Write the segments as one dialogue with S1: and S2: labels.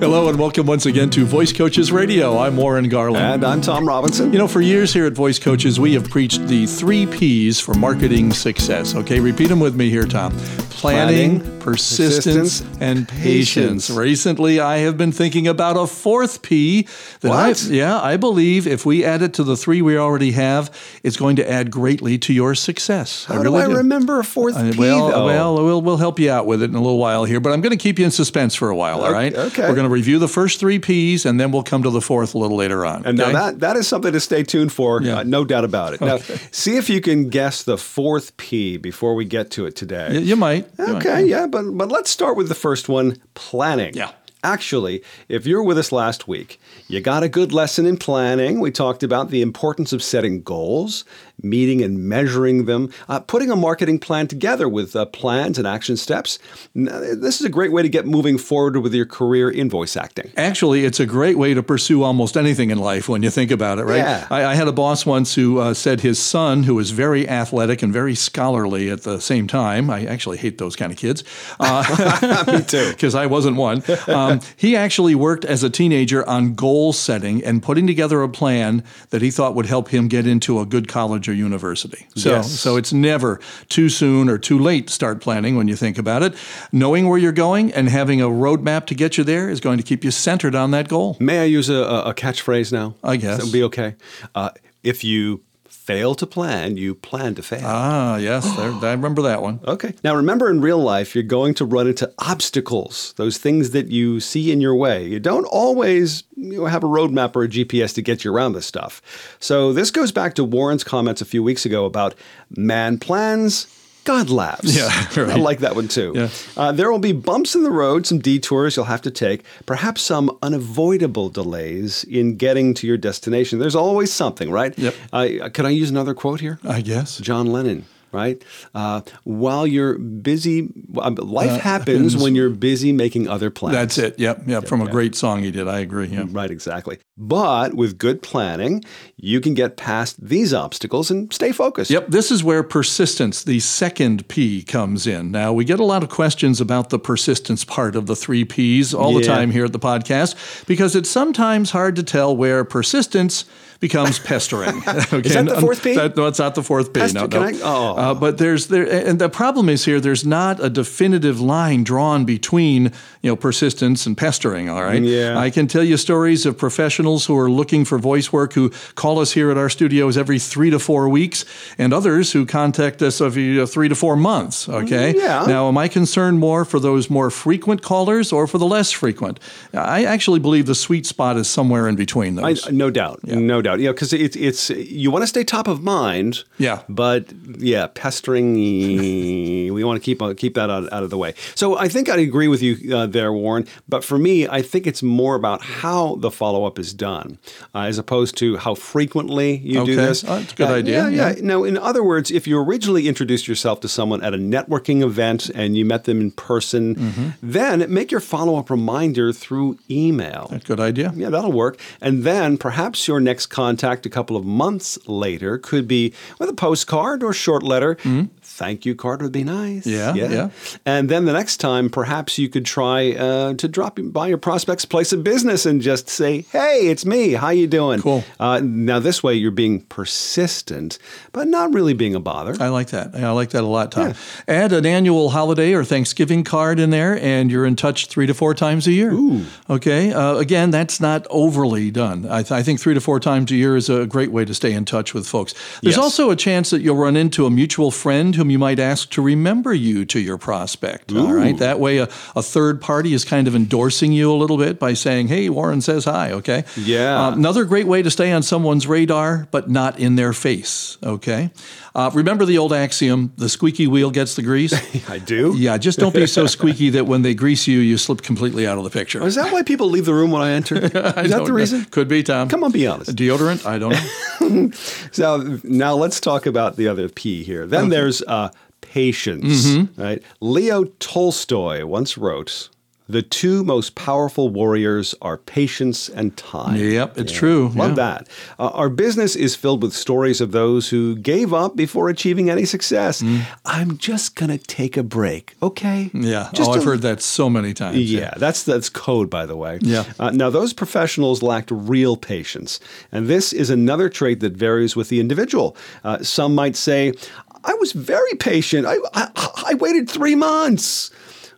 S1: Hello and welcome once again to Voice Coaches Radio. I'm Warren Garland.
S2: And I'm Tom Robinson.
S1: You know, for years here at Voice Coaches, we have preached the three P's for marketing success. Okay, repeat them with me here, Tom. Planning,
S2: Planning,
S1: persistence,
S2: persistence,
S1: and patience.
S2: patience.
S1: Recently, I have been thinking about a fourth P that
S2: What?
S1: I, yeah, I believe if we add it to the three we already have, it's going to add greatly to your success.
S2: How
S1: I really
S2: do I remember a fourth
S1: Uh,
S2: P
S1: well,
S2: though?
S1: well, we'll we'll help you out with it in a little while here, but I'm going to keep you in suspense for a while. All right.
S2: okay.
S1: We're going to review the first three P's, and then we'll come to the fourth a little later on.
S2: and now
S1: okay?
S2: that that is something to stay tuned for,
S1: Yeah.
S2: uh, no doubt about it. Now, see if you can guess the fourth P before we get to it
S1: Y-
S2: today.
S1: you might. You might.
S2: Okay, yeah, but but let's start with the first one, planning.
S1: Yeah.
S2: Actually, if you were with us last week, you got a good lesson in planning. We talked about the importance of setting goals, meeting and measuring them, uh, putting a marketing plan together with uh, plans and action steps. Now, this is a great way to get moving forward with your career in voice acting.
S1: Actually, it's a great way to pursue almost anything in life when you think about it, right?
S2: Yeah.
S1: I, I had a boss once who uh, said his son, who was very athletic and very scholarly at the same time, I actually hate those kind of kids. Uh, Me too. Because I wasn't one. Um, he actually worked as a teenager on goal setting and putting together a plan that he thought would help him get into a good college or university. So,
S2: Yes.
S1: so it's never too soon or too late to start planning when you think about it. Knowing where you're going and having a roadmap to get you there is going to keep you centered on that goal.
S2: May I use a, a a catchphrase now?
S1: I guess.
S2: That would be okay. Uh, if you fail to plan, you plan to fail.
S1: Ah, yes, there, I remember that one.
S2: Okay. Now remember, in real life, you're going to run into obstacles, those things that you see in your way. You don't always you know, have a roadmap or a GPS to get you around this stuff. So this goes back to Warren's comments a few weeks ago about man plans. God laughs.
S1: Yeah,
S2: I
S1: right.
S2: like that one too.
S1: Yeah.
S2: Uh, there will be bumps in the road, some detours you'll have to take, perhaps some unavoidable delays in getting to your destination. There's always something, right?
S1: Yep.
S2: Uh, can I use another quote here?
S1: I guess.
S2: John Lennon, right? Uh, while you're busy, um, life happens when you're busy making other plans.
S1: Uh, That's it. Yep, yep. From a great song he did. I agree. Yeah.
S2: Right, exactly. But with good planning, you can get past these obstacles and stay focused.
S1: Yep, this is where persistence, the second P, comes in. Now, we get a lot of questions about the persistence part of the three Ps all the
S2: Yeah.
S1: time here at the podcast because it's sometimes hard to tell where persistence becomes pestering. Okay,
S2: that the
S1: and-
S2: fourth P?
S1: that- no, it's not the fourth P. no,
S2: Pester- can
S1: no.
S2: I- oh.
S1: Uh, but there's there, and the problem is here. There's not a definitive line drawn between you know persistence and pestering. All right.
S2: Yeah.
S1: I can tell you stories of professionals who are looking for voice work who call us here at our studios every three to four weeks, and others who contact us every uh, three to four months. Okay.
S2: Mm, yeah.
S1: Now, am I concerned more for those more frequent callers or for the less frequent? I actually believe the sweet spot is somewhere in between
S2: I,
S1: those.
S2: no doubt, no doubt. You know, because it's it's you want to stay top of mind.
S1: Yeah.
S2: But yeah, pestering. we want to keep on keep that out, out of the way. So I think I agree with you uh, there, Warren. But for me, I think it's more about how the follow up is done, uh, as opposed to how frequently you do
S1: Okay.
S2: this.
S1: Oh, that's a good
S2: Uh,
S1: idea.
S2: Yeah,
S1: Yeah.
S2: yeah. Now, in other words, if you originally introduced yourself to someone at a networking event and you met them in person,
S1: Mm-hmm.
S2: then make your follow up reminder through email.
S1: Good idea.
S2: Yeah, that'll work. And then perhaps your next contact a couple of months later could be with a postcard or short letter. Thank you card would be nice.
S1: Mm-hmm. Yeah, yeah.
S2: And then the next time, perhaps you could try uh, to drop by your prospect's place of business and just say, "Hey, it's me. How you doing?"
S1: Cool.
S2: Uh, now this way, you're being persistent, but not really being a bother.
S1: I like that. Yeah, I like that a lot, Tom. Add an annual holiday or Thanksgiving card in there, and you're in touch three to four times a year. Okay. Uh, again, that's not overly done. I, th- I think three to four times a year is a great way to stay in touch with folks. There's
S2: Yes.
S1: also a chance that you'll run into a mutual friend whom you might ask to remember you to your prospect. All right. That way, a, a third party is kind of endorsing you a little bit by saying, hey, Warren says hi. Okay.
S2: Yeah.
S1: Um, Another great way to stay on someone's radar, but not in their face. Okay. Uh, remember the old axiom the squeaky wheel gets the grease?
S2: I do.
S1: yeah, just don't be so squeaky that when they grease you, you slip completely out of the picture.
S2: Is that why people leave the room when I enter? Is
S1: I
S2: that
S1: don't
S2: the
S1: know.
S2: reason?
S1: Could be, Tom.
S2: Come on, be honest.
S1: Deodorant? I don't know.
S2: So now let's talk about the other P here. Then
S1: Mm-hmm.
S2: there's uh, patience, right? Leo Tolstoy once wrote, the two most powerful warriors are patience and time.
S1: Yep, it's true.
S2: Love
S1: Yeah.
S2: that. Uh, our business is filled with stories of those who gave up before achieving any success.
S1: Mm.
S2: I'm just going to take a break, okay?
S1: Yeah.
S2: Just
S1: oh,
S2: a
S1: I've heard that so many times.
S2: yeah, that's that's code, by the way.
S1: Yeah.
S2: Uh, now those professionals lacked real patience, and this is another trait that varies with the individual. Uh, some might say, "I was very patient. I I, I waited three months."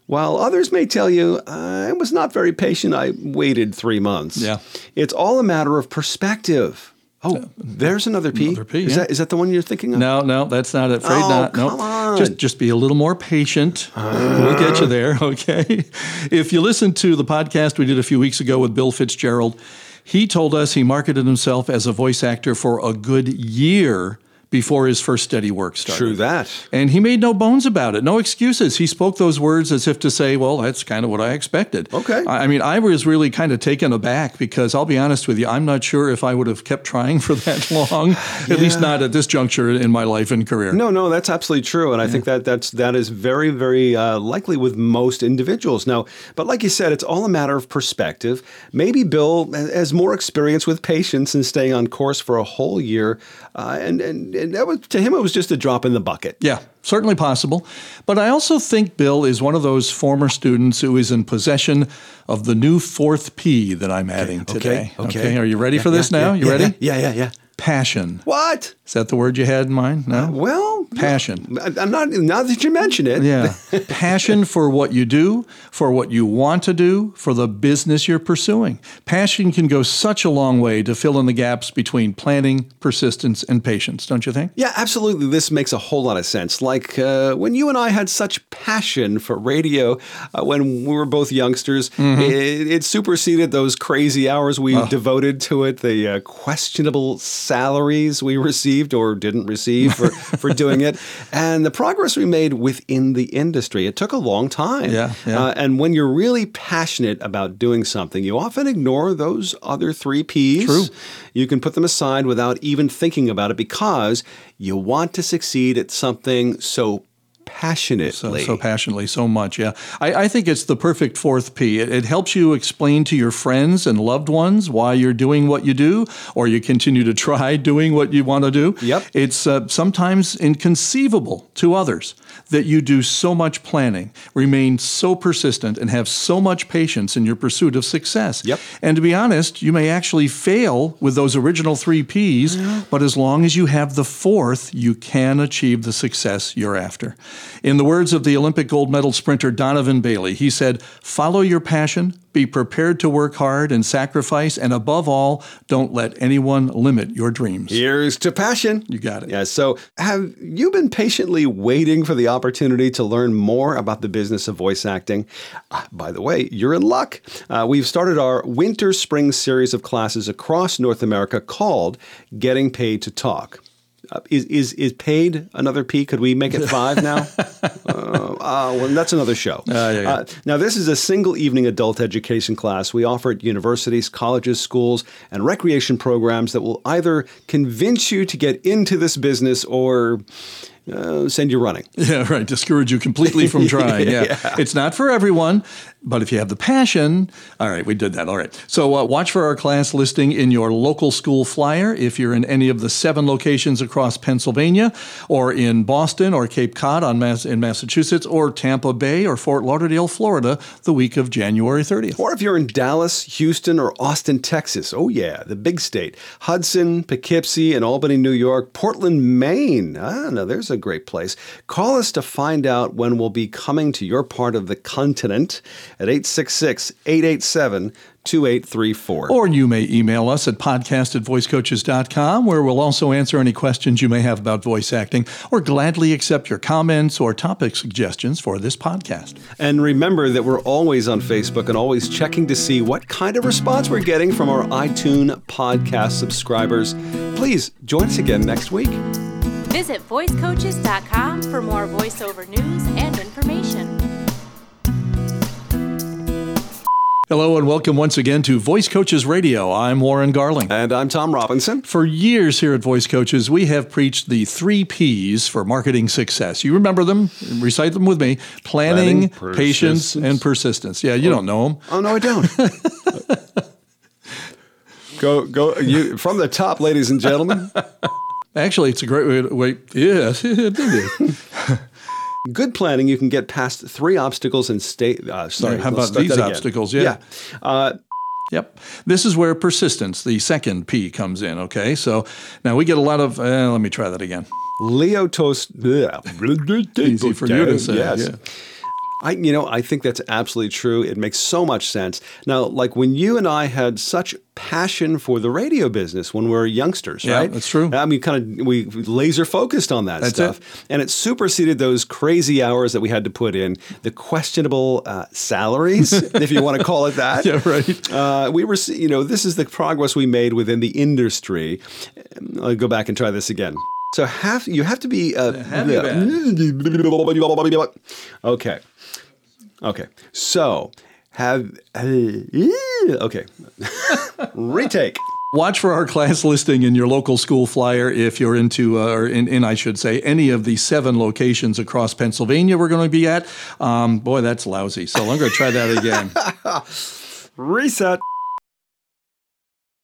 S2: While others may tell you, I was not very patient, I waited three months.
S1: Yeah. Uh,
S2: It's all a matter of perspective. Oh, there's another P.
S1: Another P,
S2: is,
S1: yeah.
S2: that, is that the one you're thinking of?
S1: No, no, that's not it. Afraid
S2: Oh,
S1: not. No.
S2: come on.
S1: Just just be a little more patient. we'll get you there, okay? If you listen to the podcast we did a few weeks ago with Bill Fitzgerald, he told us he marketed himself as a voice actor for a good year before his first steady work started.
S2: True that.
S1: And he made no bones about it, no excuses. He spoke those words as if to say, well, that's kind of what I expected.
S2: Okay.
S1: I I mean, I was really kind of taken aback because I'll be honest with you, I'm not sure if I would have kept trying for that long, at least not at this juncture in my life and career.
S2: No, no, that's absolutely true, and I think that that's that is very, very uh, likely with most individuals. Now, but like you said, it's all a matter of perspective. Maybe Bill ha- has more experience with patience and staying on course for a whole year, uh, and, and and that was to him it was just a drop in the bucket.
S1: Yeah, certainly possible. But I also think Bill is one of those former students who is in possession of the new fourth P that I'm adding today. Are you ready
S2: Yeah,
S1: for this
S2: yeah,
S1: now?
S2: yeah,
S1: you
S2: yeah,
S1: ready?
S2: Yeah, yeah, yeah.
S1: Passion.
S2: What?
S1: Is that the word you had in mind? No?
S2: Uh, Well,
S1: Passion.
S2: I- I'm not. Now that you mention it,
S1: Yeah. Passion for what you do, for what you want to do, for the business you're pursuing. Passion can go such a long way to fill in the gaps between planning, persistence, and patience, don't you think?
S2: Yeah, absolutely. This makes a whole lot of sense. Like uh, when you and I had such passion for radio uh, when we were both youngsters,
S1: Mm-hmm.
S2: it, it superseded those crazy hours we
S1: Uh.
S2: devoted to it, the uh, questionable salaries we received or didn't receive for, for doing it, and the progress we made within the industry. It took a long time.
S1: Yeah, yeah.
S2: Uh, and when you're really passionate about doing something, you often ignore those other three P's.
S1: True.
S2: You can put them aside without even thinking about it because you want to succeed at something so
S1: So,
S2: passionately.
S1: so passionately, so much. Yeah. I, I think it's the perfect fourth P. It, it helps you explain to your friends and loved ones why you're doing what you do, or you continue to try doing what you want to do.
S2: Yep.
S1: It's uh, sometimes inconceivable to others that you do so much planning, remain so persistent, and have so much patience in your pursuit of success.
S2: Yep.
S1: And to be honest, you may actually fail with those original three P's, but as long as you have the fourth, you can achieve the success you're after. In the words of the Olympic gold medal sprinter Donovan Bailey, he said, Follow your passion, be prepared to work hard and sacrifice, and above all, don't let anyone limit your dreams.
S2: Here's to passion.
S1: You got it.
S2: Yeah. So, have you been patiently waiting for the opportunity to learn more about the business of voice acting? Ah, by the way, you're in luck. Uh, we've started our winter spring series of classes across North America called Getting Paid to Talk. Uh, is, is is paid another P? Could we make it five now? uh, uh, well, that's another show.
S1: Ah, yeah, yeah.
S2: Uh, now, this is a single evening adult education class we offer at universities, colleges, schools, and recreation programs that will either convince you to get into this business or uh, send you running.
S1: Yeah, right. Discourage you completely from trying. Yeah. It's not for everyone, but if you have the passion, all right, we did that. All right. So uh, watch for our class listing in your local school flyer if you're in any of the seven locations across Pennsylvania or in Boston or Cape Cod on Mass- in Massachusetts or Tampa Bay or Fort Lauderdale, Florida, the week of January 30th.
S2: Or if you're in Dallas, Houston, or Austin, Texas, oh yeah, the big state. Hudson, Poughkeepsie, and Albany, New York, Portland, Maine. Ah, now there's a great place. Call us to find out when we'll be coming to your part of the continent at 866 887 2834.
S1: Or you may email us at podcast at voicecoaches.com, where we'll also answer any questions you may have about voice acting or gladly accept your comments or topic suggestions for this podcast.
S2: And remember that we're always on Facebook and always checking to see what kind of response we're getting from our iTunes podcast subscribers. Please join us again next week.
S3: Visit voicecoaches.com for more voiceover news and information.
S1: Hello and welcome once again to Voice Coaches Radio. I'm Warren Garling.
S2: And I'm Tom Robinson.
S1: For years here at Voice Coaches, we have preached the three P's for marketing success. You remember them? Recite them with me planning,
S2: Planning,
S1: patience,
S2: persistence.
S1: and persistence. Yeah, you don't know them.
S2: Oh no, I don't. go go you from the top, ladies and gentlemen.
S1: Actually, it's a great way to wait. Yes, it is.
S2: Good planning, you can get past three obstacles and stay. Uh, sorry,
S1: Yeah, how
S2: let's
S1: about
S2: start
S1: these
S2: that again.
S1: obstacles? Yeah.
S2: Uh,
S1: Yep. This is where persistence, the second P, comes in. Okay. So now we get a lot of, uh, let me try that again.
S2: Leo Toast. Easy
S1: Easy for you to say.
S2: Yes.
S1: yeah.
S2: I, you know, I think that's absolutely true. It makes so much sense. Now, like when you and I had such passion for the radio business when we were youngsters,
S1: Yeah,
S2: right?
S1: that's true.
S2: I mean, kind of we laser focused on that
S1: That's
S2: stuff,
S1: it.
S2: and it superseded those crazy hours that we had to put in, the questionable uh, salaries, if you want to call it that.
S1: Yeah, right.
S2: Uh, we were, you know, this is the progress we made within the industry. I'll go back and try this again. So half you have to be uh,
S1: have you
S2: okay. Okay. So have okay. Retake.
S1: Watch for our class listing in your local school flyer if you're into, uh, or in, in, I should say, any of the seven locations across Pennsylvania we're going to be at. Um, boy, that's lousy. So I'm going to try that again.
S2: Reset.